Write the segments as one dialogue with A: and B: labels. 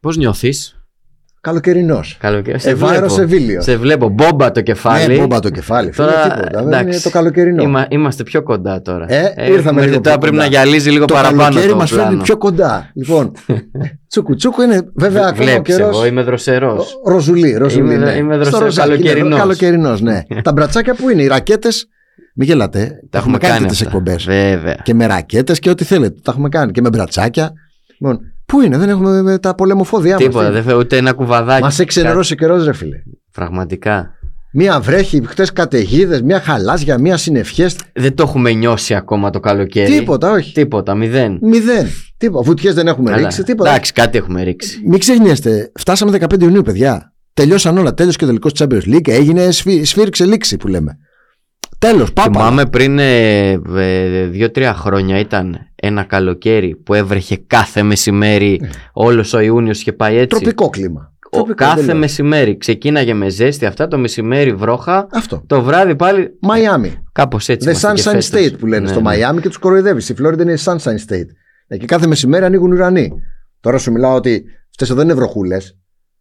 A: Πώς νιώθεις,
B: Καλοκαιρινός.
A: Καλοκαίρι.
B: Ε, Σε βάρο Σεβίλιο.
A: Σε βλέπω. Μπόμπα το κεφάλι.
B: Ναι, μπόμπα το κεφάλι. Φίλε,
A: Τώρα,
B: τίποτα. Δεν
A: εντάξει.
B: είναι το καλοκαιρινό.
A: Είμα- είμαστε πιο κοντά τώρα.
B: Ε, ήρθαμε λίγο
A: μετά
B: πιο
A: πρέπει
B: κοντά.
A: να γυαλίζει λίγο
B: το
A: παραπάνω.
B: καλοκαίρι
A: Το
B: μας φέρνει
A: πλάνο.
B: πιο κοντά. Λοιπόν, τσούκου τσούκου είναι βέβαια ακόμα ο
A: Βλέπεις,
B: καιρός.
A: εγώ είμαι δροσερός.
B: Ροζουλί, ροζουλί.
A: Είμαι-
B: ναι.
A: είμαι
B: Στο
A: δροσερός,
B: ροζάκι, είναι
A: καλοκαιρινός.
B: καλοκαιρινός, ναι. τα μπρατσάκια που είναι, οι ρακέτες. Μην γελάτε.
A: Τα έχουμε κάνει
B: τις
A: αυτά.
B: εκπομπές.
A: Βέβαια.
B: Και με ρακέτες και ό,τι θέλετε. Τα έχουμε κάνει. Και με μπρατσάκια. Λοιπόν, πού είναι, δεν έχουμε με τα πολεμοφόδια μας.
A: Τίποτα, δεν θέλω ούτε ένα κουβαδάκι.
B: Μας έχει ξενερώσει ο καιρός, ρε φίλε.
A: Πραγματικά.
B: Μία βρέχη, χτες καταιγίδες, μία χαλάζια, μία συνευχέ.
A: Δεν το έχουμε νιώσει ακόμα το καλοκαίρι.
B: Τίποτα, όχι.
A: Τίποτα, μηδέν.
B: Μηδέν. Τίποτα. Βουτιές δεν έχουμε
A: Καλά.
B: ρίξει, τίποτα.
A: Εντάξει, κάτι έχουμε ρίξει.
B: Μην ξεχνιέστε, φτάσαμε 15 Ιουνίου, παιδιά. Τελειώσαν όλα. Τέλειωσε και ο τελικός Champions League. Έγινε σφύ, σφύριξε λήξη που λέμε. Τέλος, πάμε.
A: Θυμάμαι πριν ε, ε, δύο-τρία χρόνια ήταν ένα καλοκαίρι που έβρεχε κάθε μεσημέρι.
B: Ε.
A: Όλος ο Ιούνιος είχε πάει έτσι.
B: Τροπικό κλίμα.
A: Ο,
B: Τροπικό,
A: κάθε
B: δεν λέω.
A: μεσημέρι ξεκίναγε με ζέστη αυτά, το μεσημέρι βρόχα.
B: Αυτό.
A: Το βράδυ πάλι
B: Μαϊάμι.
A: κάπως έτσι.
B: The
A: είμαστε και
B: Sunshine
A: φέτος.
B: State που λένε
A: Ναι,
B: στο
A: ναι.
B: Μαϊάμι και τους κοροϊδεύει. Στη Φλόριντα είναι η Sunshine State. Εκεί κάθε μεσημέρι ανοίγουν ουρανοί. Τώρα σου μιλάω ότι αυτέ εδώ είναι βροχούλες.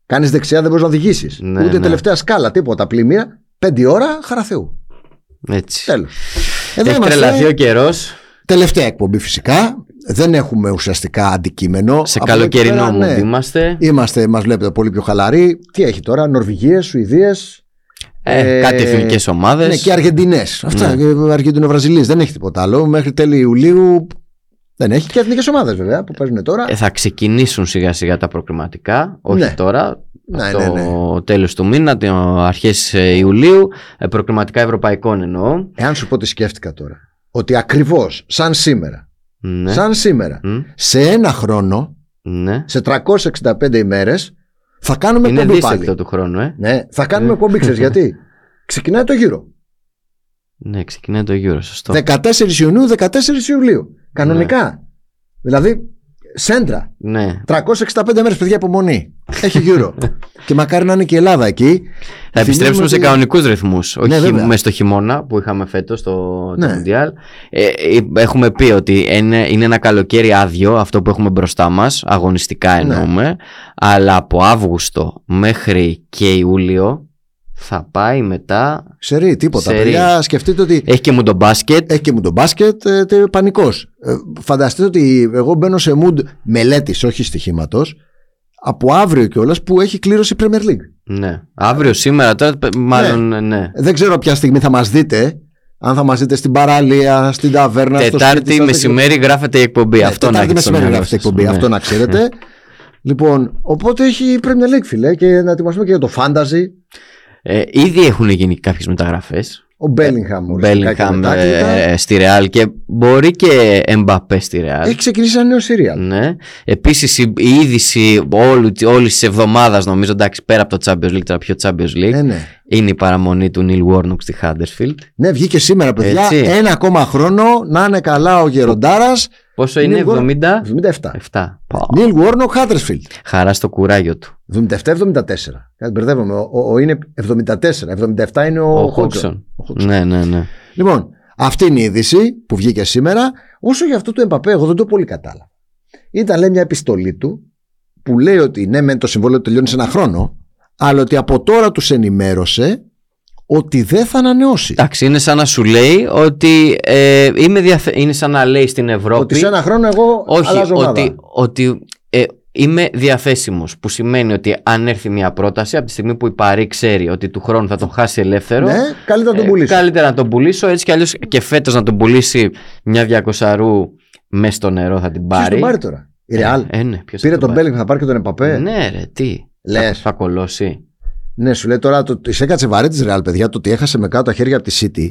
B: Κάνεις δεξιά, δεν μπορείς να οδηγήσεις.
A: Ναι,
B: Ούτε
A: ναι.
B: τελευταία σκάλα, τίποτα. Πλημμύρα. Πέντε ώρα, χαρά Θεού.
A: Έτσι.
B: Τέλος. Εδώ
A: Έχει τρελαθεί ο καιρός.
B: Τελευταία εκπομπή φυσικά. Δεν έχουμε ουσιαστικά αντικείμενο.
A: Σε
B: Από εδώ και
A: καλοκαιρινό
B: πέρα,
A: μου
B: ναι.
A: είμαστε.
B: Είμαστε, μας βλέπετε πολύ πιο χαλαροί. Τι έχει τώρα, Νορβηγίες, Σουηδίες.
A: Ε,
B: ε,
A: κάτι εθνικές ομάδες.
B: Ναι, και Αργεντινές. Αυτά. Ναι. Αργεντινοβραζιλίε. Δεν έχει τίποτα άλλο. Μέχρι τέλη Ιουλίου δεν έχει. Και εθνικές ομάδες βέβαια που παίζουν τώρα.
A: Ε, θα ξεκινήσουν σιγά σιγά τα προκριματικά, όχι
B: Ναι.
A: τώρα,
B: Ναι,
A: το
B: ναι, ναι.
A: τέλος του μήνα, το αρχές ε, Ιουλίου, ε, προκριματικά ευρωπαϊκών εννοώ.
B: Εάν σου πω τι σκέφτηκα τώρα. Ότι ακριβώς σαν σήμερα.
A: Ναι.
B: Σαν σήμερα.
A: Μ,
B: Σε ένα χρόνο,
A: ναι.
B: σε 365 ημέρες, θα κάνουμε
A: Είναι
B: εκπομπή πάλι.
A: δίσεκτο του χρόνου, ε.
B: Ναι, θα κάνουμε εκπομπή, ξέρεις γιατί. Ξεκινάει το γύρο.
A: Ναι, ξεκινάει το γύρο, σωστό.
B: Ναι. 14 Ιουνίου, 14 Ιουλίου. Κανονικά. Δηλαδή, σέντρα.
A: Ναι.
B: 365 μέρες, παιδιά, υπομονή. Έχει γύρω. και μακάρι να είναι και η Ελλάδα εκεί.
A: Θα επιστρέψουμε σε
B: κανονικό.
A: κανονικούς ρυθμούς, όχι
B: Ναι, βέβαια.
A: χειμ- μες στο χειμώνα που είχαμε φέτος το,
B: Ναι.
A: το Μουντιάλ. Ε, ε, έχουμε πει ότι είναι, είναι ένα καλοκαίρι άδειο αυτό που έχουμε μπροστά μας, αγωνιστικά
B: Ναι.
A: εννοούμε, αλλά από Αύγουστο μέχρι και Ιούλιο θα πάει μετά...
B: Σερή, τίποτα.
A: Σερή.
B: Παιδιά, σκεφτείτε ότι
A: Έχει και μου τον μπάσκετ.
B: έχει και μου τον μπάσκετ, ε, τε- πανικός. Ε, φανταστείτε ότι εγώ μπαίνω σε mood μελέτης, όχι στοιχήματος, από αύριο κιόλας που έχει κλήρωση η Premier League.
A: Ναι. Αύριο, σήμερα, τώρα, πε- μάλλον ναι.
B: Δεν ξέρω ποια στιγμή θα μας δείτε, αν θα μας δείτε στην παραλία, στην ταβέρνα, στο σπίτι
A: Τετάρτη
B: σας,
A: μεσημέρι γράφεται η εκπομπή.
B: Ναι,
A: αυτό να
B: Τετάρτη
A: έχετε στο
B: μεσημέρι
A: μυαλό
B: γράφει
A: σας.
B: εκπομπή.
A: Ναι.
B: Αυτό να ξέρετε. λοιπόν, οπότε έχει Premier League, φίλε, και να ετοιμαστούμε και για το Fantasy.
A: Ε, ήδη έχουν γίνει κάποιες μεταγραφές.
B: Ο Μπέλιγχαμ.
A: Μπέλιγχαμ ε, στη Ρεάλ και μπορεί και Εμπαπέ στη Ρεάλ.
B: Έχει ξεκινήσει ένα νέο σύριαλ.
A: Ναι. Επίσης η, η είδηση όλη, όλης της εβδομάδας, νομίζω, εντάξει, πέρα από το Champions League, τώρα πιο Champions League,
B: Ναι, ναι.
A: είναι η παραμονή του Νίλ Warnock στη Huddersfield.
B: Ναι, βγήκε σήμερα, παιδιά.
A: Έτσι.
B: Ένα ακόμα χρόνο να είναι καλά ο Γεροντάρας.
A: Πόσο
B: Neil
A: είναι,
B: Warnock.
A: 70.
B: 77.
A: 7. Πω.
B: Νίλ Βόρνο Χάτρεσφιλ.
A: Χαρά στο κουράγιο του.
B: 77-74. Κάτι μπερδεύομαι. Ο, ο- ο είναι 74. 77 είναι ο,
A: Ο
B: Χότσον.
A: Χόξον. Ναι, ναι, ναι.
B: Λοιπόν, αυτή είναι η είδηση που βγήκε σήμερα. Όσο για αυτό το Εμπαπέ, εγώ δεν το πολύ κατάλαβα. Ήταν λέει μια επιστολή του που λέει ότι ναι, μεν το συμβόλαιο τελειώνει σε ένα χρόνο, αλλά ότι από τώρα τους ενημέρωσε ότι δεν θα ανανεώσει.
A: Εντάξει, είναι σαν να σου λέει ότι ε, είμαι διαθε... είναι σαν να λέει στην Ευρώπη
B: Ότι σε ένα χρόνο εγώ
A: όχι,
B: αλλάζω ομάδα.
A: ότι, ότι ε, είμαι διαθέσιμος που σημαίνει ότι αν έρθει μια πρόταση από τη στιγμή που η Παρή ξέρει ότι του χρόνου θα τον χάσει ελεύθερο
B: Ναι, καλύτερα να τον
A: ε,
B: πουλήσω.
A: καλύτερα να τον πουλήσω έτσι κι αλλιώς και φέτος να τον πουλήσει μια διακοσαρού μες στο νερό θα την
B: Ποιος
A: πάρει.
B: τον πάρει τώρα. Η Ρεάλ
A: Ε, ναι, ποιος θα
B: πήρε τον
A: πάρει.
B: Μπέλινγκ, θα πάρει και τον Εμπαπέ. Ναι,
A: Ναι ρε, τι.
B: Λες.
A: Θα, θα κολώσει.
B: Ναι, σου λέει τώρα το, σε έκατσε βαρύ της Ρεάλ, παιδιά, το ότι έχασε με κάτω τα χέρια από τη City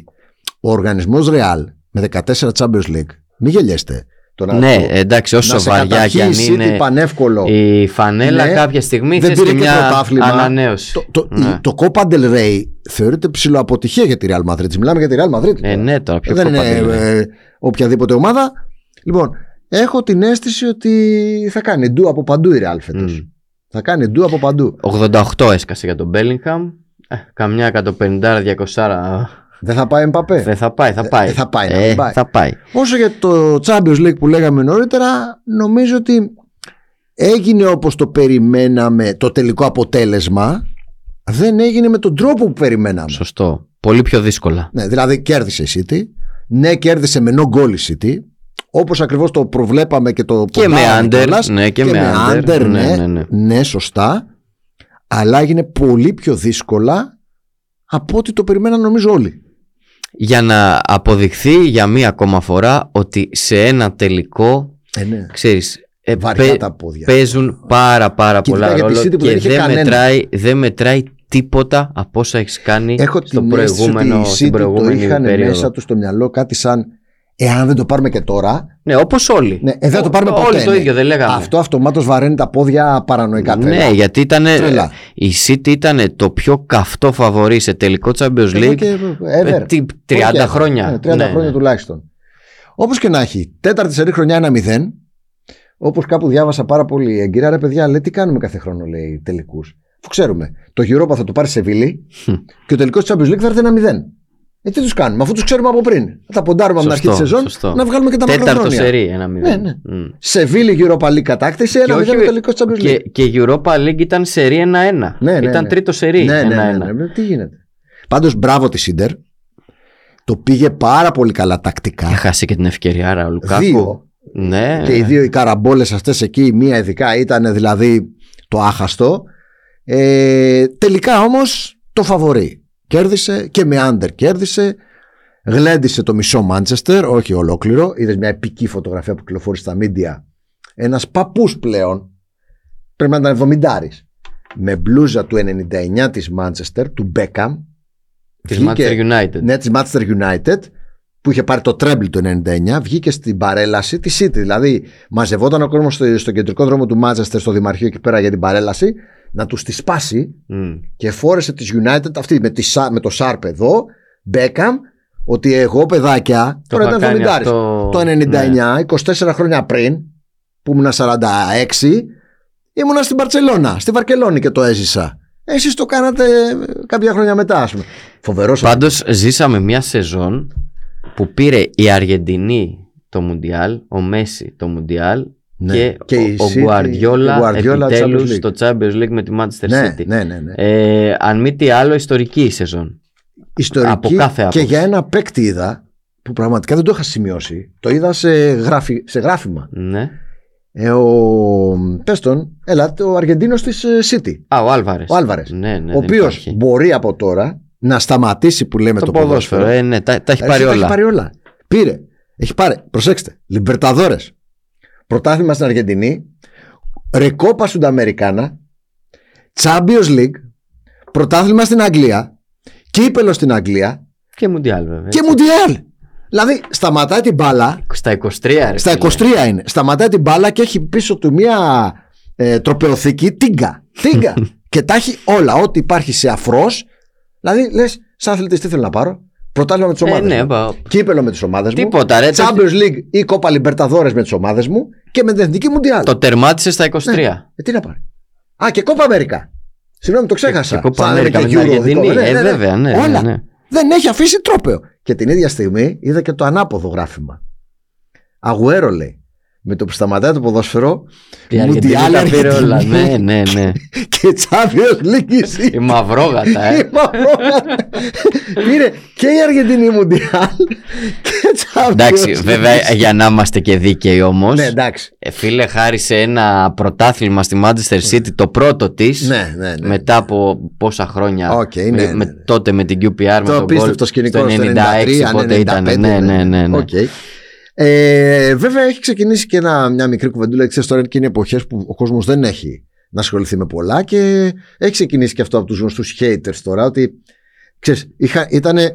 B: ο οργανισμός Ρεάλ με 14 Champions League. Μην γελιέστε. Το να-
A: ναι,
B: το-
A: εντάξει, όσο
B: να σε
A: βαριά κι αν
B: καταρχήσει
A: είναι...
B: είναι πανεύκολο.
A: Η φανέλα
B: Ναι.
A: κάποια στιγμή
B: Δεν
A: θες
B: πήρε
A: και
B: και
A: μια
B: πρωτάθλημα.
A: ανανέωση.
B: Το, το,
A: Ναι.
B: η- το Copa del Rey θεωρείται ψηλοαποτυχία για τη Real Madrid. Μιλάμε για τη Real Madrid.
A: Ε,
B: τώρα.
A: ναι, τώρα πιο
B: Δεν
A: κόπα
B: είναι
A: δηλαδή.
B: ε, οποιαδήποτε ομάδα. Λοιπόν, έχω την αίσθηση ότι θα κάνει ντου από παντού η Real φέτος.
A: Μμ.
B: Θα κάνει ντου από παντού.
A: 88 έσκασε για τον Bellingham. Ε, καμιά 150-200
B: Δεν θα πάει Εμπαπέ.
A: δεν θα πάει, θα πάει.
B: ε, θα πάει, Ναι. να
A: Ε,
B: μην πάει.
A: θα πάει.
B: Όσο για το Champions League που λέγαμε νωρίτερα, νομίζω ότι έγινε όπως το περιμέναμε το τελικό αποτέλεσμα δεν έγινε με τον τρόπο που περιμέναμε.
A: Σωστό. Πολύ πιο δύσκολα.
B: Ναι, δηλαδή κέρδισε η City. Ναι, κέρδισε με no goal η City. Όπως ακριβώς το προβλέπαμε και το
A: Και με
B: ποντάραμε
A: under,
B: κιόλας.
A: ναι, και με under,
B: ναι,
A: ναι,
B: ναι,
A: ναι, ναι.
B: σωστά. Αλλά έγινε πολύ πιο δύσκολα από ό,τι το περιμέναν νομίζω όλοι.
A: Για να αποδειχθεί για μία ακόμα φορά ότι σε ένα τελικό,
B: Ε, ναι.
A: ξέρεις, ε,
B: Βαριά
A: πε-
B: τα πόδια.
A: παίζουν πάρα πάρα
B: Κοίτα,
A: πολλά
B: για τη
A: ρόλο
B: City που δεν
A: και
B: είχε
A: δεν
B: κανένα.
A: μετράει, δεν μετράει τίποτα από όσα έχεις κάνει
B: Έχω
A: στο
B: την αίσθηση ότι
A: προηγούμενο,
B: οι
A: στην
B: City το
A: προηγούμενη
B: είχαν
A: περίοδο.
B: μέσα τους στο μυαλό κάτι σαν εάν δεν το πάρουμε και τώρα.
A: Ναι, όπως όλοι.
B: Ναι, ε, δεν θα το πάρουμε
A: όλοι
B: ποτέ.
A: το
B: ναι.
A: ίδιο, δεν λέγαμε.
B: Αυτό αυτομάτως βαραίνει τα πόδια παρανοϊκά.
A: ναι,
B: τρελά.
A: γιατί ήταν,
B: Τρελά.
A: η City ήταν το πιο καυτό φαβορή σε τελικό Champions
B: Εγώ
A: League
B: και, ε,
A: ε,
B: ever.
A: τι, 30
B: Όχι, ever.
A: χρόνια.
B: Ναι, 30
A: Ναι,
B: χρόνια
A: ναι.
B: τουλάχιστον. Όπως και να έχει, τέταρτη σερή χρονιά ένα 0. Όπως κάπου διάβασα πάρα πολύ εγκύρα, ρε παιδιά, λέει τι κάνουμε κάθε χρόνο, λέει τελικούς. Το ξέρουμε. Το Europa θα το πάρει σε βίλη και ο τελικός της Champions League θα έρθει ένα 0. Ε, τι τους κάνουμε, αφού τους ξέρουμε από πριν. Θα τα ποντάρουμε από την αρχή τη
A: Σωστό,
B: σεζόν
A: σωστό.
B: να βγάλουμε και τα
A: Τέταρτο
B: μακροχρόνια.
A: σερί, ένα μηδέν.
B: Ναι,
A: Μμ.
B: Σεβίλη Europa League κατάκτηση, ένα 0
A: όχι-
B: τελικό της Champions League.
A: Και, και η Europa League ήταν σερί 1-1.
B: Ναι, ναι,
A: ήταν
B: ναι.
A: τρίτο σερί
B: Ναι,
A: 1-1.
B: ναι, ναι, ναι, ναι. Τι γίνεται. Πάντως, μπράβο της Σίντερ. Το πήγε πάρα πολύ καλά τακτικά.
A: Και χάσει και την ευκαιρία, άρα ο Λουκάκου.
B: Δύο.
A: Ναι.
B: Και οι δύο οι καραμπόλες αυτές εκεί, η μία ειδικά ήταν δηλαδή το άχαστο. Ε, τελικά όμως το φαβορεί. Κέρδισε και με άντερ κέρδισε. Γλέντισε το μισό Μάντσεστερ, όχι ολόκληρο. Είδες μια επική φωτογραφία που κυκλοφόρησε στα μίντια. Ένας παππούς πλέον, πρέπει να ήταν 70 με μπλούζα του 99 της Μάντσεστερ, του Μπέκαμ.
A: Της
B: Βγήκε-
A: Manchester United.
B: ναι, της Manchester United που είχε πάρει το τρέμπλ το 99, βγήκε στην παρέλαση τη City. Δηλαδή, μαζευόταν ο κόσμος στο, στο κεντρικό δρόμο του Μάντσεστερ, στο Δημαρχείο εκεί πέρα για την παρέλαση, να τους τη σπάσει
A: Μμ.
B: και φόρεσε τη United αυτή με, τη, σα- με το Σάρπ εδώ, Μπέκαμ, ότι εγώ παιδάκια.
A: Το
B: τώρα
A: είχα
B: ήταν
A: κάνει
B: 70.
A: αυτό- Ναι.
B: Το 99, 24 χρόνια πριν, που ήμουνα 46, ήμουνα στην Παρσελώνα, στη Βαρκελόνη και το έζησα. Εσείς το κάνατε κάποια χρόνια μετά, ας πούμε. Φοβερός
A: Πάντως ζήσαμε μια σεζόν που πήρε η Αργεντινή το Μουντιάλ, ο Μέση το Μουντιάλ
B: Ναι.
A: και,
B: Και η
A: ο, ο
B: City- η
A: Guardiola,
B: Guardiola
A: επιτέλους
B: Champions League.
A: στο Champions League με τη Manchester
B: ναι,
A: City.
B: ναι, ναι, ναι.
A: Ε, αν μη τι άλλο, ιστορική η σεζόν.
B: Ιστορική
A: από κάθε
B: και
A: άποψη.
B: για ένα παίκτη είδα που πραγματικά δεν το είχα σημειώσει. Το είδα σε, γράφη, σε γράφημα.
A: Ναι.
B: Ε, ο, πες τον, έλα, ο Αργεντίνος της ε, City,
A: Α, ο Άλβαρες.
B: ο Άλβαρες.
A: Ναι, ναι,
B: ο
A: δεν
B: οποίος
A: υπάρχει.
B: μπορεί από τώρα να σταματήσει που λέμε το,
A: το ποδόσφαιρο. Ε, ναι, τα, τα έχει
B: Έτσι,
A: πάρει
B: τα
A: όλα.
B: Έχει πάρει όλα. Πήρε. Έχει πάρει. Προσέξτε. Λιμπερταδόρες. Πρωτάθλημα στην Αργεντινή. Ρεκόπα Σουνταμερικάνα. Champions League. Πρωτάθλημα στην Αγγλία. Κύπελο στην Αγγλία.
A: Και Μουντιάλ, βέβαια.
B: Και Μουντιάλ. Δηλαδή σταματάει την μπάλα.
A: Στα 23, ρε.
B: Στα
A: φίλε.
B: 23 είναι. Σταματάει την μπάλα και έχει πίσω του μια ε, τροπεοθήκη τίγκα. Τίγκα. και τα έχει όλα. Ό,τι υπάρχει σε αφρός. Δηλαδή λες, σαν αθλητής, τι θέλω να πάρω. Πρωτάθλημα με τις ομάδε.
A: Ε, ναι, πα-
B: Κύπελο με τις ομάδες μου.
A: Τίποτα, ρε. Το,
B: Champions League ή Copa Libertadores με τις ομάδες μου και με την εθνική Μουντιάλ.
A: το τερμάτισε στα 23.
B: Ε, τι να πάρει. Α, και Copa Αμέρικα. Συγγνώμη, το ξέχασα.
A: Ε, Και Κόπα
B: Σαν
A: Αμέρικα με
B: και
A: την
B: Euro,
A: Αργεντινή.
B: δικό, ναι,
A: Ε,
B: ναι, ναι.
A: βέβαια, ναι. ναι,
B: Όλα.
A: ναι.
B: Δεν έχει αφήσει τρόπαιο. Και την ίδια στιγμή είδα και το ανάποδο γράφημα. Αγουέρο λέει. Με το που σταματάει το ποδόσφαιρο
A: Η Αργεντινή
B: Μουντιάλ,
A: τα πήρε
B: Αργεντινή.
A: όλα. Ναι, ναι, ναι.
B: και Champions League η
A: Η
B: City.
A: μαυρόγατα, ε.
B: Πήρε και η Αργεντινή Μουντιάλ και Champions
A: Εντάξει,
B: League.
A: βέβαια για να είμαστε και δίκαιοι όμως.
B: Ναι, εντάξει.
A: Φίλε, χάρισε ένα πρωτάθλημα στη Manchester City, το πρώτο της.
B: Ναι, ναι, ναι.
A: Μετά από πόσα χρόνια. Ε,
B: Οκ, ναι,
A: με-
B: ναι,
A: με-
B: ναι.
A: τότε με την QPR, με
B: Το
A: τον γκολ
B: απίστευτο σκηνικό
A: στο 96,
B: 93,
A: πότε
B: 95,
A: ήταν. Ναι, ναι, ναι. ναι.
B: δηλαδή. Οκ. Ε, βέβαια έχει ξεκινήσει και ένα, μια μικρή κουβεντούλα. Ξέρεις τώρα είναι και είναι εποχές που ο κόσμος δεν έχει να ασχοληθεί με πολλά και έχει ξεκινήσει και αυτό από τους γνωστούς haters τώρα ότι ξέρεις, είχα, ήτανε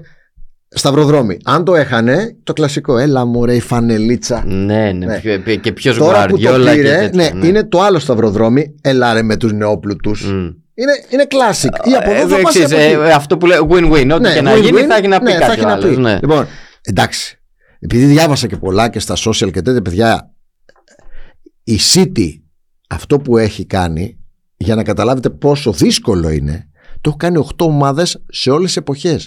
B: σταυροδρόμι. Αν το έχανε, το κλασικό, έλα μου ρε η φανελίτσα.
A: Ναι, ναι.
B: Ναι.
A: ποιο- ποιο- και ποιο
B: Τώρα που το
A: γκουαρδιόλα και
B: πήρε,
A: τέτοια.
B: ναι, είναι το άλλο σταυροδρόμι, έλα ρε με τους νεόπλουτους.
A: Μμ.
B: Είναι, είναι classic. Ή από
A: Mm. Ε,
B: εδώ θα πας ή
A: εξής,
B: από εκεί.
A: ε, Αυτό που λέει win-win. Ό,τι και να γίνει
B: Ναι, win-win.
A: θα έχει να πει
B: Ναι, θα
A: κάτι
B: έχει να
A: άλλος.
B: πει.
A: Ναι.
B: Λοιπόν, εντάξει. Επειδή διάβασα και πολλά και στα social και τέτοια παιδιά, η City αυτό που έχει κάνει, για να καταλάβετε πόσο δύσκολο είναι, το έχει κάνει 8 ομάδες σε όλες τις εποχές.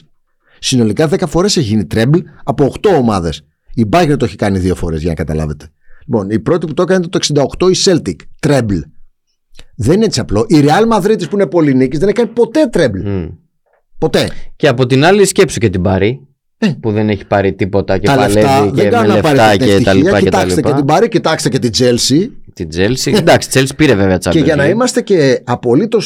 B: Συνολικά 10 φορές έχει γίνει τρέμπλ από 8 ομάδες. Η Bayern το έχει κάνει 2 φορές, για να καταλάβετε. Λοιπόν, η πρώτη που το έκανε ήταν το 68 η Celtic. Τρέμπλ. Δεν είναι έτσι απλό. Η Real Madrid που είναι πολυνίκη δεν έκανε ποτέ τρέμπλ.
A: Μμ.
B: Ποτέ.
A: Και από την άλλη σκέψου και την πάρει. Που δεν έχει πάρει τίποτα και
B: Ναι. τα λεφτά
A: παλεύει και
B: δεν
A: με
B: κάνουν να πάρει
A: λεφτά
B: την
A: και τα
B: ευτυχία.
A: λοιπά και τα
B: Κοιτάξτε και την
A: λοιπά.
B: Πάρη, κοιτάξτε και την Chelsea.
A: Την Chelsea. Εντάξει, η Chelsea πήρε βέβαια
B: Και
A: τσάμπερ.
B: για να είμαστε και απολύτως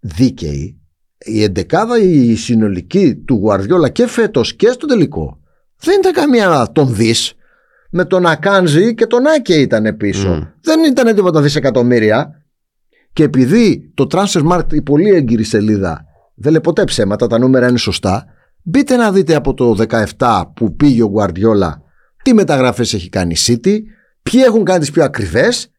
B: δίκαιοι, η εντεκάδα η συνολική του Γουαρδιόλα και φέτος και στο τελικό δεν ήταν καμία τον δι. Με τον Ακάνζη και τον Άκε ήταν πίσω.
A: Μμμ.
B: Δεν ήταν τίποτα δισεκατομμύρια. Και επειδή το Transfer Market, η πολύ έγκυρη σελίδα, δεν λέει ποτέ ψέματα, τα νούμερα είναι σωστά. Μπείτε να δείτε από το 17 που πήγε ο Γουαρδιόλα τι μεταγραφές έχει κάνει η City, ποιοι έχουν κάνει τις πιο ακριβές.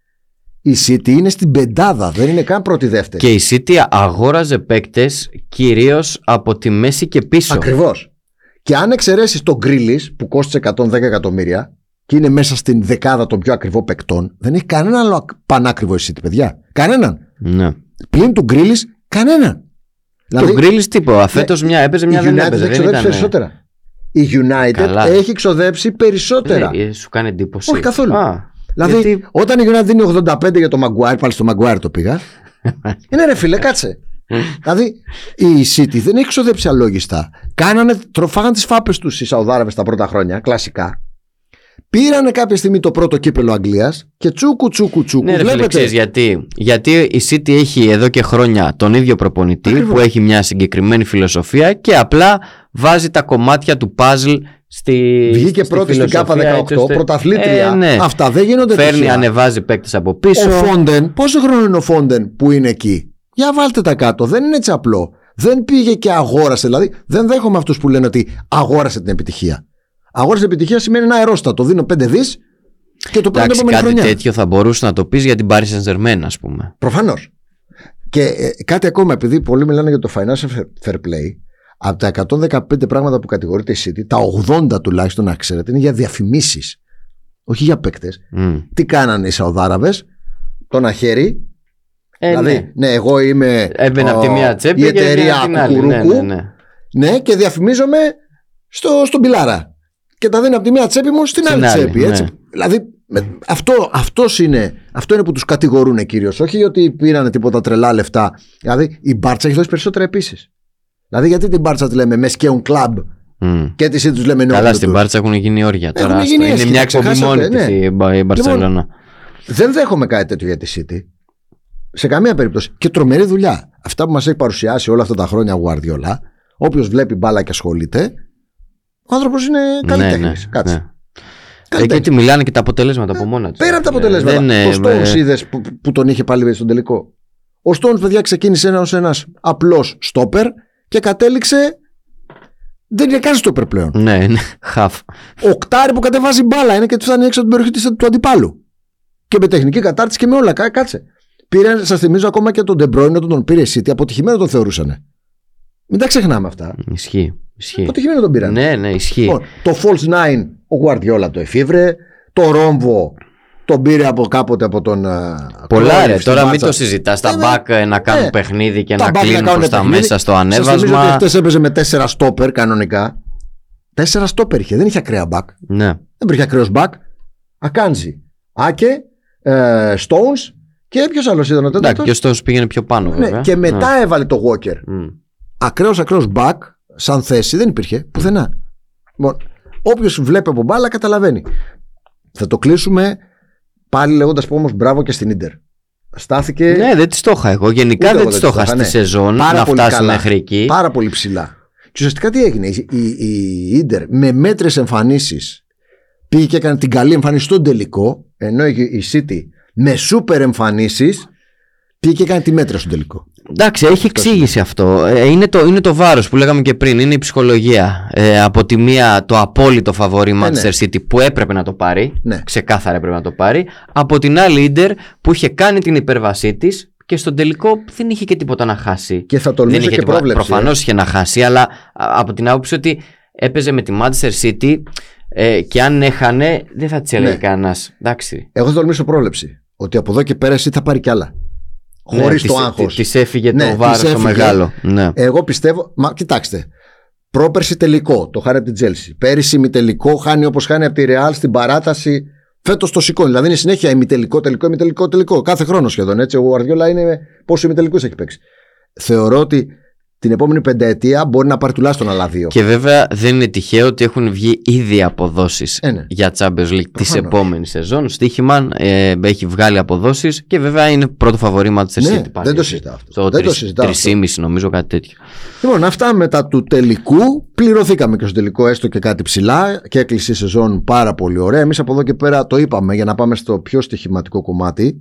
B: Η City είναι στην πεντάδα, δεν είναι καν πρώτη-δεύτερη.
A: Και η City αγόραζε παίκτες κυρίως από τη μέση και πίσω.
B: Ακριβώς. Και αν εξαιρέσεις τον Γκρίλι που κόστησε 110 εκατομμύρια και είναι μέσα στην δεκάδα των πιο ακριβών παίκτων, δεν έχει κανέναν άλλο ακ- πανάκριβο η City, παιδιά. Κανέναν.
A: Ναι.
B: Πλην του Γκρίλι, κανέναν.
A: Το Γκρίλι τίποτα. Φέτο μια έπαιζε, μια
B: Δηλαδή, ναι, η
A: δεν
B: United
A: έπαιζε.
B: έχει
A: Δεν
B: ξοδέψει
A: ήταν... ε».
B: περισσότερα. Η United
A: Καλά.
B: έχει ξοδέψει περισσότερα.
A: Ναι, ε, σου κάνει εντύπωση.
B: Όχι καθόλου.
A: Α,
B: δηλαδή,
A: γιατί-
B: όταν η United δίνει 85 για το Maguire, πάλι στο Maguire το πήγα. είναι ρε φίλε, κάτσε. δηλαδή, η City δεν έχει ξοδέψει αλόγιστα. Κάνανε, τροφάγαν τις φάπες τους οι Σαουδάραβες τα πρώτα χρόνια, κλασικά. Πήρανε κάποια στιγμή το πρώτο κύπελο Αγγλίας και τσούκου τσούκου τσούκου.
A: Ναι, ρε φίλε,
B: βλέπετε.
A: ξέρεις γιατί. Γιατί η City έχει εδώ και χρόνια τον ίδιο προπονητή
B: Ακριβώς.
A: που έχει μια συγκεκριμένη φιλοσοφία και απλά βάζει τα κομμάτια του puzzle στη.
B: Βγήκε
A: στη
B: πρώτη στην
A: φιλοσοφία,
B: K18,
A: έτσι ώστε-
B: πρωταθλήτρια.
A: Ε, ναι.
B: Αυτά δεν γίνονται
A: Φέρνει,
B: τυχαία.
A: ανεβάζει παίκτες από
B: Ο
A: πίσω.
B: Φόντεν, πόσο χρόνο είναι ο Φόντεν που είναι εκεί. Για βάλτε τα κάτω. Δεν είναι έτσι απλό. Δεν πήγε και αγόρασε. Δηλαδή, δεν δέχομαι αυτούς που λένε ότι αγόρασε την επιτυχία. Αγόρασε την επιτυχία σημαίνει ένα αερόστατο. Δίνω 5 δις και το παίρνω την
A: Εντάξει, κάτι
B: επόμενη χρονιά.
A: τέτοιο θα μπορούσε να το πεις για την Paris Saint Germain, ας πούμε.
B: Προφανώς. Και ε, κάτι ακόμα, επειδή πολλοί μιλάνε για το financial fair- fair play, από τα 115 πράγματα που κατηγορείται η City, τα 80 τουλάχιστον να ξέρετε είναι για διαφημίσεις. Όχι για παίκτες.
A: Μμ.
B: Τι κάνανε οι Σαουδάραβες, τον αχέρι
A: Ε,
B: δηλαδή,
A: ναι.
B: ναι. εγώ είμαι
A: Έμπαινε
B: ο-
A: από τη μία τσέπη
B: η
A: και έβγαινε
B: εταιρεία
A: από την άλλη. Ναι,
B: Κουκουρούκου.
A: ναι,
B: Ναι,
A: ναι.
B: και διαφημίζομαι στο, στον Πιλάρα. Και τα δίνω από τη μία τσέπη μου στην,
A: Στην
B: άλλη
A: άλλη,
B: τσέπη.
A: ναι.
B: Έτσι. Δηλαδή, με- αυτό, αυτός είναι, αυτό είναι που τους κατηγορούν κυρίως. Όχι ότι πήρανε τίποτα τρελά λεφτά. Δηλαδή, η Μπάρτσα έχει δώσει περισσότερα επίσης. Δηλαδή, γιατί την Μπάρτσα τη λέμε Μεσκέουν Κλαμπ
A: Μμ.
B: και τη City τους λέμε Νόμπλουτ.
A: Καλά, στην Πάρτσα έχουν γίνει όρια τώρα.
B: Ναι, Έχουν
A: άστο.
B: γίνει
A: είναι
B: έσχημα,
A: μια εκπομπή
B: ξεχάσατε,
A: μόνη
B: ναι.
A: τη η Μπα- η Μπαρσελόνα.
B: Δεν δέχομαι κάτι τέτοιο για τη City. Σε καμία περίπτωση. Και τρομερή δουλειά. Αυτά που μας έχει παρουσιάσει όλα αυτά τα χρόνια ο Γουαρδιόλα, όποιος βλέπει μπάλα και ασχολείται, ο άνθρωπος είναι καλλιτέχνης.
A: ναι,
B: Ε, Κάτσε.
A: ναι.
B: Καλλιτέχνης.
A: Εκεί μιλάνε και τα αποτελέσματα από μόνα τους.
B: Πέρα από τα αποτελέσματα.
A: Δεν,
B: ο
A: ε,
B: Στόουν
A: ε,
B: είδε που, που τον είχε πάλι στον τελικό. Ο Στόουν, παιδιά, ξεκίνησε ως ένας απλός στόπερ και κατέληξε. Δεν είναι καν στόπερ πλέον.
A: Ναι, ναι, χαφ.
B: Οκτάρι που κατεβάζει μπάλα είναι και του φτάνει έξω από την περιοχή της- του αντιπάλου. Και με τεχνική κατάρτιση και με όλα. Κά, κάτσε. Πήρε, σας θυμίζω ακόμα και τον Ντεμπρόιν όταν τον πήρε η City, αποτυχημένο τον θεωρούσανε. Μην τα ξεχνάμε αυτά.
A: Ισχύει. Ισχύει.
B: Αποτυχημένο τον πήραν.
A: Ναι, ναι, ισχύει.
B: Λοιπόν, το False Nine ο Γουαρδιόλα το εφήβρε. Το Ρόμβο τον πήρε από κάποτε από τον. ε,
A: Πολλά
B: Κρόιφ
A: ρε,
B: στη
A: τώρα μην
B: Μπάρτσα.
A: το συζητάς.
B: Ε,
A: Τα
B: ναι.
A: μπακ ε, να κάνουν
B: Ναι.
A: παιχνίδι και
B: Τα
A: να
B: μπακ να
A: κλείνουν
B: κάνουν
A: προς τα
B: παιχνίδι.
A: μέσα στο
B: Σας θυμίζω
A: ανέβασμα.
B: ότι χτες έπαιζε με τέσσερα στόπερ κανονικά. Τέσσερα στόπερ είχε, δεν είχε ακραία μπακ.
A: Ναι.
B: Δεν υπήρχε ακραίος μπακ. Ακάντζη. Άκε. Ε, Stones. Και ποιος άλλος ήταν ο
A: Εντάξει,
B: τέταρτος.
A: και ο Στόουν πήγαινε πιο πάνω, βέβαια.
B: και μετά
A: Ναι.
B: έβαλε το Walker.
A: Μμ.
B: Ακραίος ακραίος μπακ, σαν θέση, δεν υπήρχε πουθενά. Λοιπόν, Όποιος βλέπει από μπάλα καταλαβαίνει. Θα το κλείσουμε πάλι λέγοντας που όμως μπράβο και στην ντερ. Στάθηκε
A: Ναι, δεν τη το είχα εγώ. Γενικά
B: Ούτε
A: δεν
B: εγώ
A: τη το
B: δεν τις το
A: είχα
B: είχα,
A: στη
B: ναι.
A: σεζόν
B: Πάρα
A: να
B: πολύ
A: φτάσει
B: καλά.
A: μέχρι εκεί.
B: πάρα πολύ ψηλά. Και ουσιαστικά τι έγινε. Η, η, η ντερ με μέτρες εμφανίσεις πήγε και έκανε την καλή εμφάνιση στον τελικό, ενώ η, η City με σούπερ εμφανίσεις πήγε και έκανε τη μέτρα στον τελικό.
A: Εντάξει, έχει εξήγηση αυτό. Ε, Είναι το, είναι το βάρος που λέγαμε και πριν. Είναι η ψυχολογία. Ε, από τη μία το απόλυτο φαβορή
B: ναι.
A: Manchester City που έπρεπε να το πάρει.
B: Ναι.
A: Ξεκάθαρα έπρεπε να το πάρει. Από την άλλη, Ιντερ που είχε κάνει την υπέρβασή της και στον τελικό δεν είχε και τίποτα να χάσει.
B: Και θα τολμήσω και πρόβλεψη.
A: Προφανώς είχε να χάσει, αλλά α, από την άποψη ότι έπαιζε με τη Manchester City ε, και αν έχανε δεν θα της έλεγε
B: Ναι.
A: κανένας. Εντάξει.
B: Εγώ θα τολμήσω πρόβλεψη. Ότι από εδώ και πέρα εσύ θα πάρει κι άλλα.
A: Ναι,
B: Χωρί
A: της-
B: το άγχο.
A: της- της έφυγε
B: Ναι,
A: το
B: της
A: βάρο το
B: έφυγε.
A: μεγάλο. Ναι.
B: Εγώ πιστεύω. Μα κοιτάξτε. Πρόπερση τελικό. Το χάνει από την Τζέλση. Πέρυσι μη τελικό. Χάνει όπως χάνει από τη Ρεάλ στην παράταση Φέτος το σηκώνει. Δηλαδή είναι συνέχεια ημιτελικό, τελικό, ημιτελικό, τελικό. Κάθε χρόνο σχεδόν έτσι. Ο Γουαρδιόλα είναι πόσο ημιτελικούς έχει παίξει. Θεωρώ ότι την επόμενη πενταετία μπορεί να πάρει τουλάχιστον άλλα δύο.
A: Και βέβαια δεν είναι τυχαίο ότι έχουν βγει ήδη αποδόσεις
B: Ε, ναι.
A: για Champions League της
B: Προφανώς.
A: επόμενης σεζόν. Στοίχημαν ε, έχει βγάλει αποδόσεις και βέβαια είναι πρώτο φαβορή Manchester
B: Ναι,
A: City.
B: δεν
A: πάλι,
B: το
A: έτσι.
B: συζητάω αυτό.
A: Στο
B: Δεν το
A: τρεις-
B: συζητάω αυτό.
A: 3,5 νομίζω κάτι τέτοιο.
B: Λοιπόν, αυτά μετά του τελικού. Πληρωθήκαμε και στο τελικό, έστω και κάτι ψηλά. Και έκλεισε η σεζόν πάρα πολύ ωραία. Εμείς από εδώ και πέρα το είπαμε για να πάμε στο πιο στοιχηματικό κομμάτι.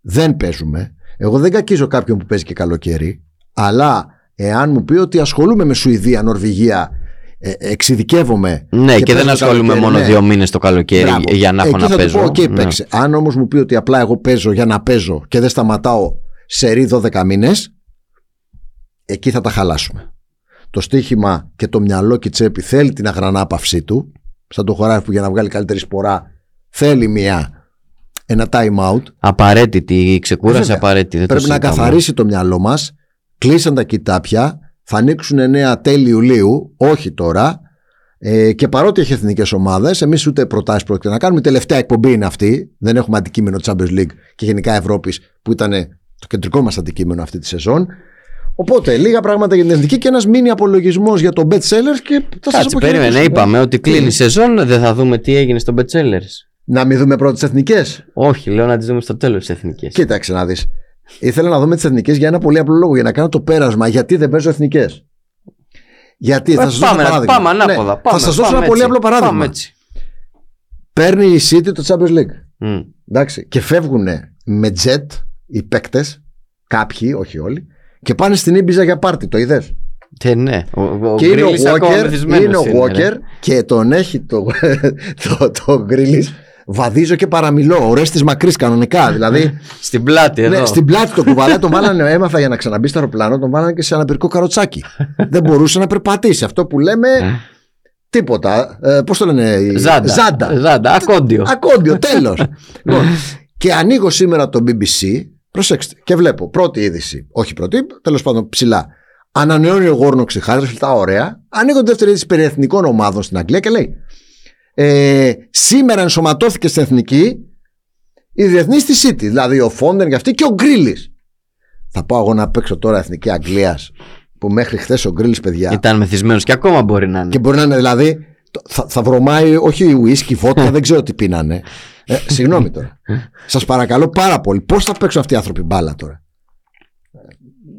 B: Δεν παίζουμε. Εγώ δεν κακίζω κάποιον που παίζει και καλοκαίρι. Αλλά εάν μου πει ότι ασχολούμαι με Σουηδία, Νορβηγία, ε, εξειδικεύομαι.
A: Ναι, και,
B: παίζω
A: δεν
B: το
A: ασχολούμαι
B: καλοκαίρι,
A: μόνο
B: ναι.
A: δύο μήνες το καλοκαίρι
B: Μπράβο.
A: για να έχω
B: Εκεί
A: να
B: θα του
A: παίζω.
B: Πω, okay,
A: Ναι.
B: παίξε. Αν όμως μου πει ότι απλά εγώ παίζω για να παίζω και δεν σταματάω σε ρί 12 μήνες, εκεί θα τα χαλάσουμε. Το στοίχημα και το μυαλό και η τσέπη θέλει την αγρανάπαυσή του, σαν το χωράφι που για να βγάλει καλύτερη σπορά θέλει μια, ένα time out.
A: Απαραίτητη, η ξεκούραση
B: Βέβαια.
A: απαραίτητη. Δεν το
B: Πρέπει να
A: συζητάμε.
B: καθαρίσει το μυαλό μας. Κλείσαν τα κοιτάπια. Θα ανοίξουν νέα τέλη Ιουλίου, όχι τώρα. Ε, και παρότι έχει εθνικές ομάδες, εμείς ούτε προτάσεις πρόκειται να κάνουμε. Η τελευταία εκπομπή είναι αυτή. Δεν έχουμε αντικείμενο Champions League και γενικά Ευρώπης που ήταν το κεντρικό μας αντικείμενο αυτή τη σεζόν. Οπότε, λίγα πράγματα για την εθνική και ένας μίνι απολογισμός για τον bet sellers και θα σας
A: Κάτσε, περίμενε. Είπαμε ότι κλείνει
B: Ναι.
A: η σεζόν, δεν θα δούμε τι έγινε στο Betzellers.
B: Να μην δούμε πρώτα τι εθνικές.
A: Όχι, λέω να τις δούμε στο τέλος τη εθνική.
B: Κοίταξε να δεις. Ήθελα να δούμε τις εθνικές για ένα πολύ απλό λόγο. Για να κάνω το πέρασμα. Γιατί δεν παίζω εθνικές. Γιατί θα σας δώσω
A: Ε, πάμε,
B: ένα
A: να-
B: παράδειγμα.
A: πάμε ανάποδα.
B: Ναι,
A: πάμε,
B: θα σας δώσω
A: πάμε
B: ένα πολύ
A: έτσι.
B: απλό
A: Πάμε
B: παράδειγμα.
A: έτσι.
B: Παίρνει η City το Champions League.
A: Μμ.
B: Εντάξει. Και φεύγουν με jet οι παίκτες. Κάποιοι, όχι όλοι. Και πάνε στην Ήμπιζα για πάρτι. Το είδες.
A: Τε, ναι. Ο, ο
B: Και είναι ο
A: Γκρίλης ακόμα
B: Walker,
A: μεθυσμένος ναι.
B: είναι ο
A: ρε.
B: Walker και τον έχει το, το, το Grealish. Βαδίζω και παραμιλώ. Ο Ρέστη μακρύς κανονικά. Δηλαδή
A: Στην πλάτη εδώ.
B: Ναι, στην πλάτη το κουβαλάει, τον βάλανε, έμαθα για να ξαναμπεί στο αεροπλάνο, τον βάλανε και σε αναπηρικό καροτσάκι. Δεν μπορούσε να περπατήσει. Αυτό που λέμε. τίποτα. Ε, Πώς το λένε, η...
A: Ε. Ζάντα. Ε, Ζάντα. Ακόντιο.
B: Ακόντιο, τέλος. λοιπόν, και ανοίγω σήμερα το BBC. Προσέξτε, και βλέπω πρώτη είδηση. Όχι πρώτη, τέλος πάντων ψηλά. Ανανεώνει ο Γόρνο Ξεχάδρεφιλ, τα ωραία. Ανοίγω τη δεύτερη είδηση περί εθνικών ομάδων στην Αγγλία και λέει. Ε, σήμερα ενσωματώθηκε στην εθνική η διεθνής στη City. Δηλαδή ο Φόντεν και αυτή και ο Γκρίλης. Θα πάω εγώ να παίξω τώρα εθνική Αγγλίας που μέχρι χθες ο Γκρίλης, παιδιά.
A: Ήταν μεθυσμένος και ακόμα μπορεί να είναι.
B: Και μπορεί να είναι δηλαδή. το- Θα, θα βρωμάει, όχι ουίσκι, βότκα, δεν ξέρω τι πίνανε. Ε, συγγνώμη τώρα. Σας παρακαλώ πάρα πολύ. Πώς θα παίξουν αυτοί οι άνθρωποι μπάλα τώρα. Ε,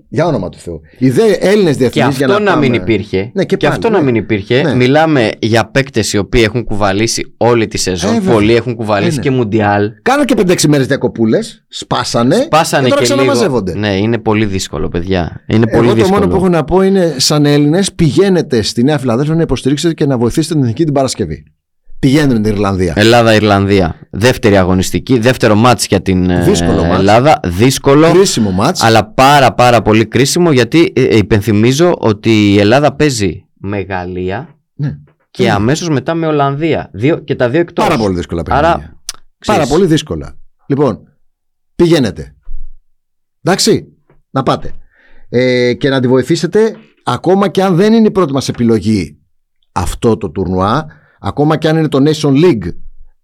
B: Για όνομα του Θεού. Οι δε Έλληνες
A: Και
B: διεθνείς για
A: αυτό
B: να.
A: να, μην
B: πάμε-
A: υπήρχε.
B: Ναι, και πάλι,
A: αυτό
B: ναι.
A: να μην υπήρχε.
B: Ναι.
A: Μιλάμε για παίκτες οι οποίοι έχουν κουβαλήσει όλη τη σεζόν.
B: Ε, βέβαια.
A: Πολλοί έχουν κουβαλήσει
B: Ε, ναι.
A: και μουντιάλ.
B: Κάνα και 5-6 μέρες διακοπούλες, σπάσανε.
A: Πάσανε
B: και τώρα
A: και λίγο.
B: ξαναμαζεύονται. Ε,
A: Ναι, είναι πολύ δύσκολο, παιδιά. Είναι
B: Εγώ
A: πολύ
B: το
A: δύσκολο.
B: μόνο που έχω να πω είναι, σαν Έλληνες, πηγαίνετε στη Νέα Φιλαδέλφια να υποστηρίξετε και να βοηθήσετε την εθνική την Παρασκευή. Πηγαίνετε με την Ιρλανδία.
A: Ελλάδα-Ιρλανδία. Δεύτερη αγωνιστική. Δεύτερο μάτς για την ε,
B: Δύσκολο μάτς.
A: Ελλάδα. Δύσκολο.
B: Κρίσιμο μάτς.
A: Αλλά πάρα πάρα πολύ κρίσιμο γιατί ε, ε, υπενθυμίζω ότι η Ελλάδα παίζει με Γαλλία
B: Ναι.
A: και
B: Ναι.
A: αμέσως μετά με Ολλανδία. Δύο, και τα δύο εκτός.
B: Πάρα πολύ δύσκολα
A: Άρα,
B: παιχνίδια.
A: Ξέρεις,
B: Πάρα πολύ δύσκολα. Λοιπόν, πηγαίνετε. Εντάξει, να πάτε. Ε, και να τη βοηθήσετε ακόμα και αν δεν είναι η πρώτη μας επιλογή αυτό το τουρνουά, ακόμα και αν είναι το Nation League.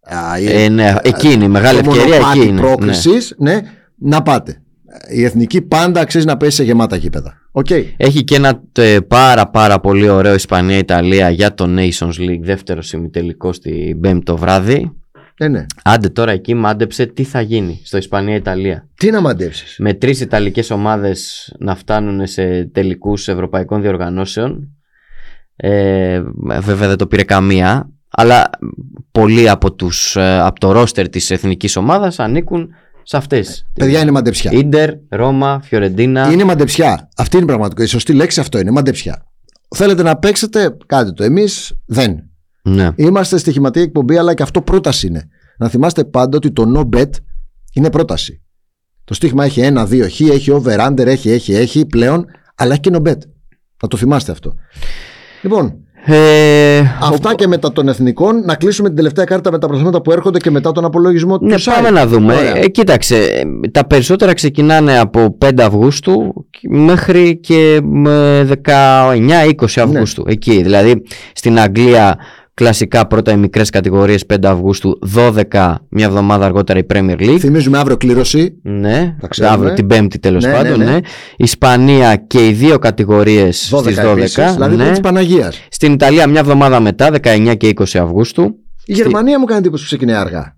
B: α, η-
A: Ε, ναι, εκείνη, μεγάλη
B: το
A: ευκαιρία
B: μονοπάτι
A: εκείνη. Ναι.
B: πρόκρισης, ναι. να πάτε. Η εθνική πάντα αξίζει να πέσει σε γεμάτα γήπεδα. Οκ.
A: Έχει και ένα ε, πάρα πάρα πολύ ωραίο Ισπανία-Ιταλία για το Nations League δεύτερο ημιτελικό στην Πέμπτη το βράδυ.
B: Ναι, ναι.
A: Άντε τώρα εκεί μάντεψε τι θα γίνει στο Ισπανία-Ιταλία.
B: Τι να μαντέψεις.
A: με τρεις Ιταλικές ομάδες να φτάνουν σε τελικούς ευρωπαϊκών διοργανώσεων. Ε, βέβαια δεν το πήρε καμία, αλλά πολλοί από, τους, ε, από το ρόστερ της εθνικής ομάδας ανήκουν σε αυτές.
B: Ε, Παιδιά είναι μαντεψιά.
A: Ίντερ, Ρώμα, Φιωρεντίνα.
B: Είναι μαντεψιά. Αυτή είναι η πραγματικότητα. Η σωστή λέξη αυτό είναι. Μαντεψιά. Θέλετε να παίξετε, κάντε το. Εμείς δεν.
A: Ναι.
B: Είμαστε στοιχηματική εκπομπή, αλλά και αυτό πρόταση είναι. Να θυμάστε πάντα ότι το no bet είναι πρόταση. Το στοίχημα έχει ένα, δύο χ, έχει over under, έχει, έχει, έχει πλέον, αλλά έχει και no bet. Να το θυμάστε αυτό. Λοιπόν,
A: Ε,
B: αυτά και μετά των εθνικών, να κλείσουμε την τελευταία κάρτα με τα προθέματα που έρχονται και μετά τον απολογισμό του
A: Ναι,
B: site.
A: πάμε να δούμε.
B: Ωραία.
A: Ε, κοίταξε, ε, τα περισσότερα ξεκινάνε από 5 Αυγούστου μέχρι
B: Ναι.
A: και ε, 19-20 Αυγούστου. Εκεί, δηλαδή στην Αγγλία Κλασικά πρώτα οι μικρές κατηγορίες 5 Αυγούστου, 12 μια εβδομάδα αργότερα η Premier League.
B: Θυμίζουμε αύριο κλήρωση.
A: Ναι,
B: Τα ξέρουμε.
A: αύριο την Πέμπτη τέλος
B: Ναι, ναι,
A: πάντων. Ναι,
B: ναι.
A: Ισπανία και οι δύο κατηγορίες
B: 12,
A: στις 12.
B: επίσης, δηλαδή
A: ναι.
B: ναι. τη Παναγίας.
A: Στην Ιταλία μια εβδομάδα μετά, 19 και 20 Αυγούστου.
B: Η Γερμανία μου κάνει εντύπωση που ξεκινάει αργά.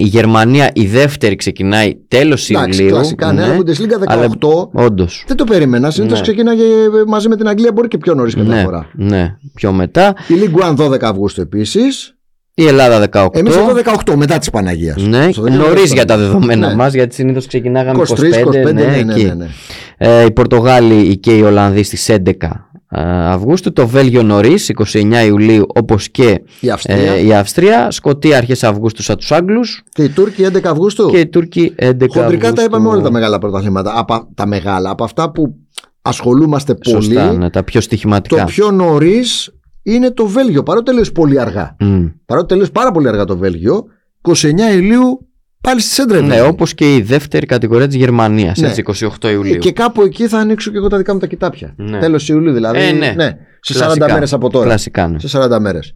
A: Η Γερμανία η δεύτερη ξεκινάει τέλος
B: Εντάξει,
A: Ιουλίου.
B: κλασικά ναι, ναι. Bundesliga 18.
A: Αλλά- Όντως.
B: Δεν το περίμενα. Συνήθως
A: Ναι.
B: ξεκίναγε ε, μαζί με την Αγγλία, μπορεί και πιο νωρίς κατά
A: Ναι,
B: φορά.
A: ναι, πιο μετά.
B: Η League One 12 Αυγούστου επίσης.
A: Η Ελλάδα 18.
B: Εμείς εδώ 18 μετά της Παναγίας.
A: Ναι, νωρί για τα δεδομένα μας
B: Ναι.
A: μας, γιατί συνήθως ξεκινάγαμε
B: 23,
A: 25.
B: 25,
A: ναι,
B: ναι, ναι,
A: εκεί.
B: ναι, ναι.
A: Ε, οι Πορτογάλοι και οι Ολλανδοί στις 11 ε, Αυγούστου, το Βέλγιο νωρίς, 29 Ιουλίου, όπως και
B: Η
A: ε,
B: Αυστρία.
A: η Αυστρία, Σκοτία αρχές Αυγούστου σαν τους Άγγλους
B: Και η Τούρκοι 11 Αυγούστου.
A: και οι Τούρκοι 11
B: Χοντρικά
A: Αυγούστου. ναι.
B: τα είπαμε όλα τα μεγάλα πρωταθλήματα. Από, τα μεγάλα, από αυτά που ασχολούμαστε πολύ.
A: Σωστά, ναι, τα πιο
B: Το
A: στοιχηματικά.
B: πιο νωρίς είναι το Βέλγιο. Παρότι τελείωσε πολύ αργά.
A: Μμ.
B: Παρότι τελείωσε πάρα πολύ αργά το Βέλγιο. 29 Ιουλίου πάλι στη Σέντρεβι.
A: Ναι, όπως και η δεύτερη κατηγορία της Γερμανίας,
B: Ναι.
A: έτσι, 28 Ιουλίου.
B: Και κάπου εκεί θα ανοίξω και εγώ τα δικά μου τα κοιτάπια.
A: Ναι.
B: Τέλος Ιουλίου δηλαδή.
A: Ε, ναι.
B: σε 40
A: Κλασικά.
B: μέρες από τώρα.
A: Κλασικά, ναι.
B: Σε 40 μέρες.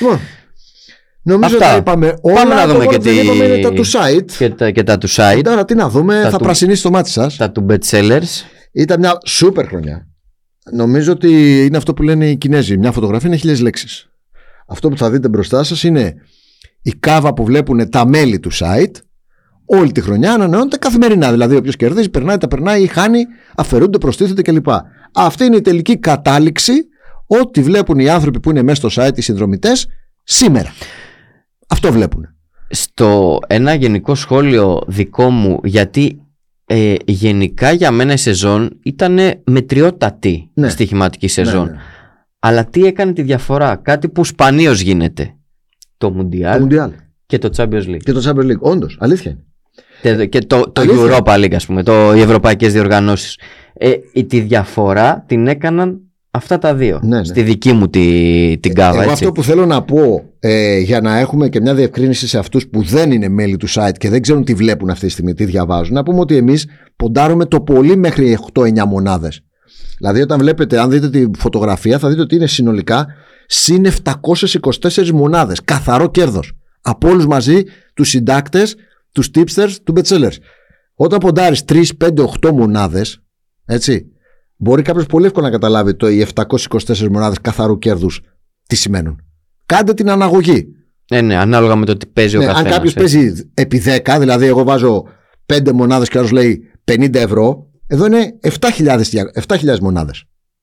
B: Λοιπόν, νομίζω
A: Αυτά.
B: τα είπαμε όλα.
A: Πάμε να
B: Το
A: δούμε
B: μόνο
A: και
B: που δεν
A: τι-
B: είπαμε είναι τα του site.
A: Και τα, και τα του site,
B: Τώρα τι να δούμε,
A: Τα
B: θα
A: του-
B: πρασινίσει το μάτι σας.
A: τα του bestsellers.
B: Ήταν μια σούπερ χρονιά. Νομίζω ότι είναι αυτό που λένε οι Κινέζοι. Μια φωτογραφία είναι χίλιε λέξεις. Αυτό που θα δείτε μπροστά σας είναι η κάβα που βλέπουν τα μέλη του site όλη τη χρονιά ανανεώνεται καθημερινά. Δηλαδή, όποιος κερδίζει, περνάει, τα περνάει ή χάνει, αφαιρούνται, προστίθεται κλπ. Αυτή είναι η τελική κατάληξη ό,τι βλέπουν οι άνθρωποι που είναι μέσα στο site, οι συνδρομητές, σήμερα. Αυτό βλέπουν.
A: στο ένα γενικό σχόλιο δικό μου γιατί ε, γενικά για μένα η σεζόν ήταν μετριότατη
B: Ναι.
A: στοιχηματική σεζόν.
B: Ναι, ναι.
A: Αλλά τι έκανε τη διαφορά, κάτι που σπανίως γίνεται. Το Μουντιάλ
B: ναι. Το Μουντιάλ
A: και το Champions League.
B: και το Champions League. Όντως, αλήθεια είναι.
A: Τε- Και το, το
B: Αλήθεια.
A: Europa League, ας πούμε, το, οι ευρωπαϊκές διοργανώσεις. Ε, η- τη διαφορά την έκαναν αυτά τα δύο.
B: Ναι, ναι.
A: Στη δική μου τη, την κάβα,
B: Εγώ
A: έτσι.
B: αυτό που θέλω να πω ε, για να έχουμε και μια διευκρίνηση σε αυτούς που δεν είναι μέλη του site και δεν ξέρουν τι βλέπουν αυτή τη στιγμή, τι διαβάζουν, να πούμε ότι εμείς ποντάρουμε το πολύ μέχρι 8-9 μονάδες. Δηλαδή, όταν βλέπετε, αν δείτε τη φωτογραφία, θα δείτε ότι είναι συνολικά συν 724 μονάδες. Καθαρό κέρδος. Από όλους μαζί, τους συντάκτες, τους tipsters, τους bestsellers. Όταν ποντάρεις 3, 5, 8 μονάδες, έτσι, μπορεί κάποιος πολύ εύκολα να καταλάβει το οι 724 μονάδες καθαρού κέρδους τι σημαίνουν. Κάντε την αναγωγή.
A: Ναι, ναι, ανάλογα με το τι παίζει
B: Ναι,
A: ο
B: αν
A: καθένας. ε.
B: κάποιο
A: έτσι.
B: παίζει επί 10, δηλαδή εγώ βάζω 5 μονάδες και άλλος λέει 50 ευρώ, εδώ είναι 7.000, 7.000 μονάδε.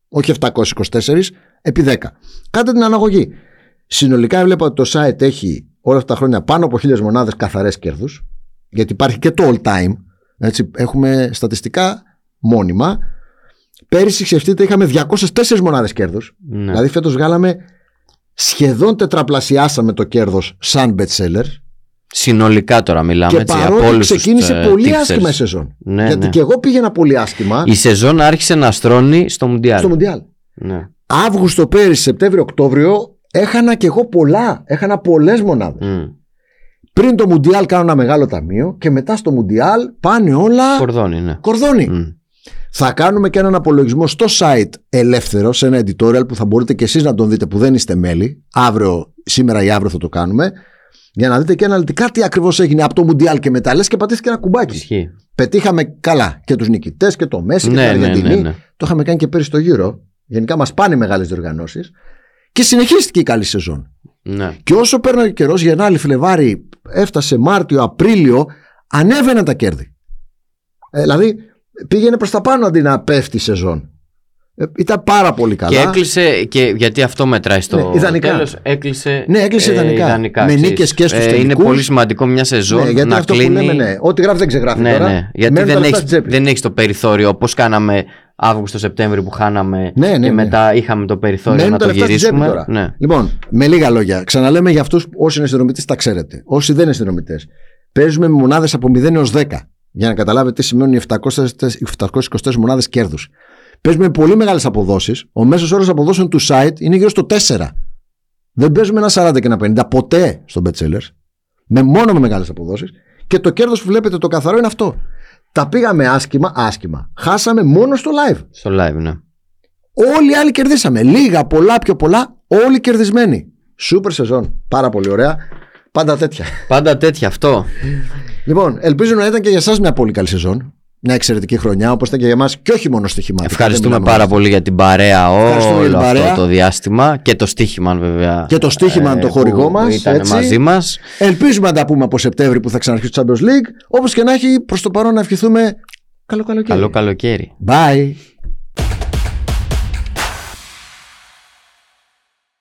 B: Όχι 724 επί 10. Κάντε την αναγωγή. Συνολικά βλέπω ότι το site έχει όλα αυτά τα χρόνια πάνω από 1.000 μονάδες καθαρές κέρδους, γιατί υπάρχει και το all time. Έτσι, έχουμε στατιστικά μόνιμα. Πέρυσι, σκεφτείτε, είχαμε 204 μονάδες κέρδους.
A: Ναι.
B: Δηλαδή φέτος βγάλαμε σχεδόν τετραπλασιάσαμε το κέρδος σαν best seller
A: Συνολικά τώρα μιλάμε,
B: και
A: έτσι, από
B: παρότι
A: όλους τους,
B: ξεκίνησε
A: ε,
B: πολύ
A: tipsters.
B: άσχημα η σεζόν.
A: Ναι,
B: γιατί
A: ναι.
B: και εγώ πήγαινα πολύ άσχημα
A: Η σεζόν άρχισε να στρώνει στο Μουντιάλ.
B: στο Μουντιάλ.
A: Ναι.
B: Αύγουστο, πέρυσι, Σεπτέμβριο, Οκτώβριο έχανα και εγώ πολλά. Έχανα πολλές μονάδες.
A: Μμ.
B: Πριν το Μουντιάλ κάνω ένα μεγάλο ταμείο και μετά στο Μουντιάλ πάνε όλα
A: Κορδόνι, ναι.
B: κορδόνι.
A: Μμ.
B: Θα κάνουμε και έναν απολογισμό στο site ελεύθερο, σε ένα editorial που θα μπορείτε και εσείς να τον δείτε που δεν είστε μέλη. Αύριο, σήμερα ή αύριο θα το κάνουμε. Για να δείτε και αναλυτικά τι ακριβώς έγινε από το Μουντιάλ και μετά. Λες και πατήθηκε ένα κουμπάκι.
A: Ισχύει.
B: Πετύχαμε καλά και τους νικητές και το Μέση και
A: Ναι,
B: την
A: ναι,
B: Αργεντινή.
A: ναι, ναι.
B: Το είχαμε κάνει και πέρυσι στο γύρο. Γενικά μας πάνε οι μεγάλες διοργανώσεις. Και συνεχίστηκε η καλή σεζόν.
A: ναι.
B: Και όσο παίρνει ο καιρός, Γενάρη, Φλεβάρι, έφτασε Μάρτιο, Απρίλιο, ανέβαιναν τα κέρδη. Ε, δηλαδή πήγαινε προς τα πάνω αντί να πέφτει η σεζόν. Ε, ήταν πάρα πολύ καλά.
A: Και έκλεισε, και, γιατί αυτό μετράει στο
B: Ναι, ιδανικά.
A: τέλος, έκλεισε, ε,
B: Ναι, έκλεισε ιδανικά. Με
A: ξέρεις.
B: νίκες και στους
A: ε, Είναι
B: τελικούς.
A: πολύ σημαντικό μια σεζόν
B: ναι, γιατί
A: να
B: αυτό
A: κλείνει...
B: που λέμε, ναι. Ό,τι γράφει δεν ξεγράφει
A: ναι,
B: τώρα.
A: ναι. Γιατί
B: Μένουν τα
A: δεν
B: λεφτά
A: έχεις,
B: στην τσέπης.
A: δεν έχεις το περιθώριο, όπως κάναμε Αύγουστο-Σεπτέμβριο που χάναμε
B: Ναι, ναι,
A: και
B: ναι.
A: μετά είχαμε το περιθώριο
B: Μένουν
A: να
B: τα
A: το
B: λεφτά στην τσέπης
A: γυρίσουμε.
B: τώρα.
A: Ναι.
B: Λοιπόν, με λίγα λόγια, ξαναλέμε για αυτούς όσοι είναι συνδρομητές, τα ξέρετε. Όσοι δεν είναι συνδρομητές, παίζουμε με μονάδες από 0 έω 10. Για να καταλάβετε τι σημαίνουν οι 724 μονάδες κέρδους. Παίζουμε με πολύ μεγάλες αποδόσεις. Ο μέσος όρος αποδόσεων του site είναι γύρω στο 4. Δεν παίζουμε ένα 40 και ένα 50 ποτέ στο Bet Sellers. Με μόνο με μεγάλες αποδόσεις. Και το κέρδος που βλέπετε το καθαρό είναι αυτό. Τα πήγαμε άσχημα, άσχημα. Χάσαμε μόνο στο live.
A: Στο live, ναι.
B: Όλοι οι άλλοι κερδίσαμε. Λίγα, πολλά, πιο πολλά, όλοι κερδισμένοι. Σούπερ σεζόν. Πάρα πολύ ωραία. Πάντα τέτοια.
A: Πάντα τέτοια αυτό.
B: Λοιπόν, ελπίζω να ήταν και για εσά μια πολύ καλή σεζόν. Μια εξαιρετική χρονιά, όπως ήταν και για εμάς, και όχι μόνο στοιχηματικά.
A: Ευχαριστούμε
B: Δεν μιλάμε
A: πάρα πολύ για την παρέα
B: Ευχαριστούμε για την
A: όλο
B: παρέα.
A: αυτό το διάστημα και το στοίχημα βέβαια.
B: Και το στοίχημα, το
A: Ε, που
B: χορηγό μας,
A: Ήταν
B: έτσι.
A: μαζί μας.
B: Ελπίζουμε να τα πούμε από Σεπτέμβρη που θα ξαναρχίσει το Champions League. Όπως και να έχει, προς το παρόν να ευχηθούμε. Καλό καλοκαίρι.
A: Καλό καλοκαίρι.
B: Bye.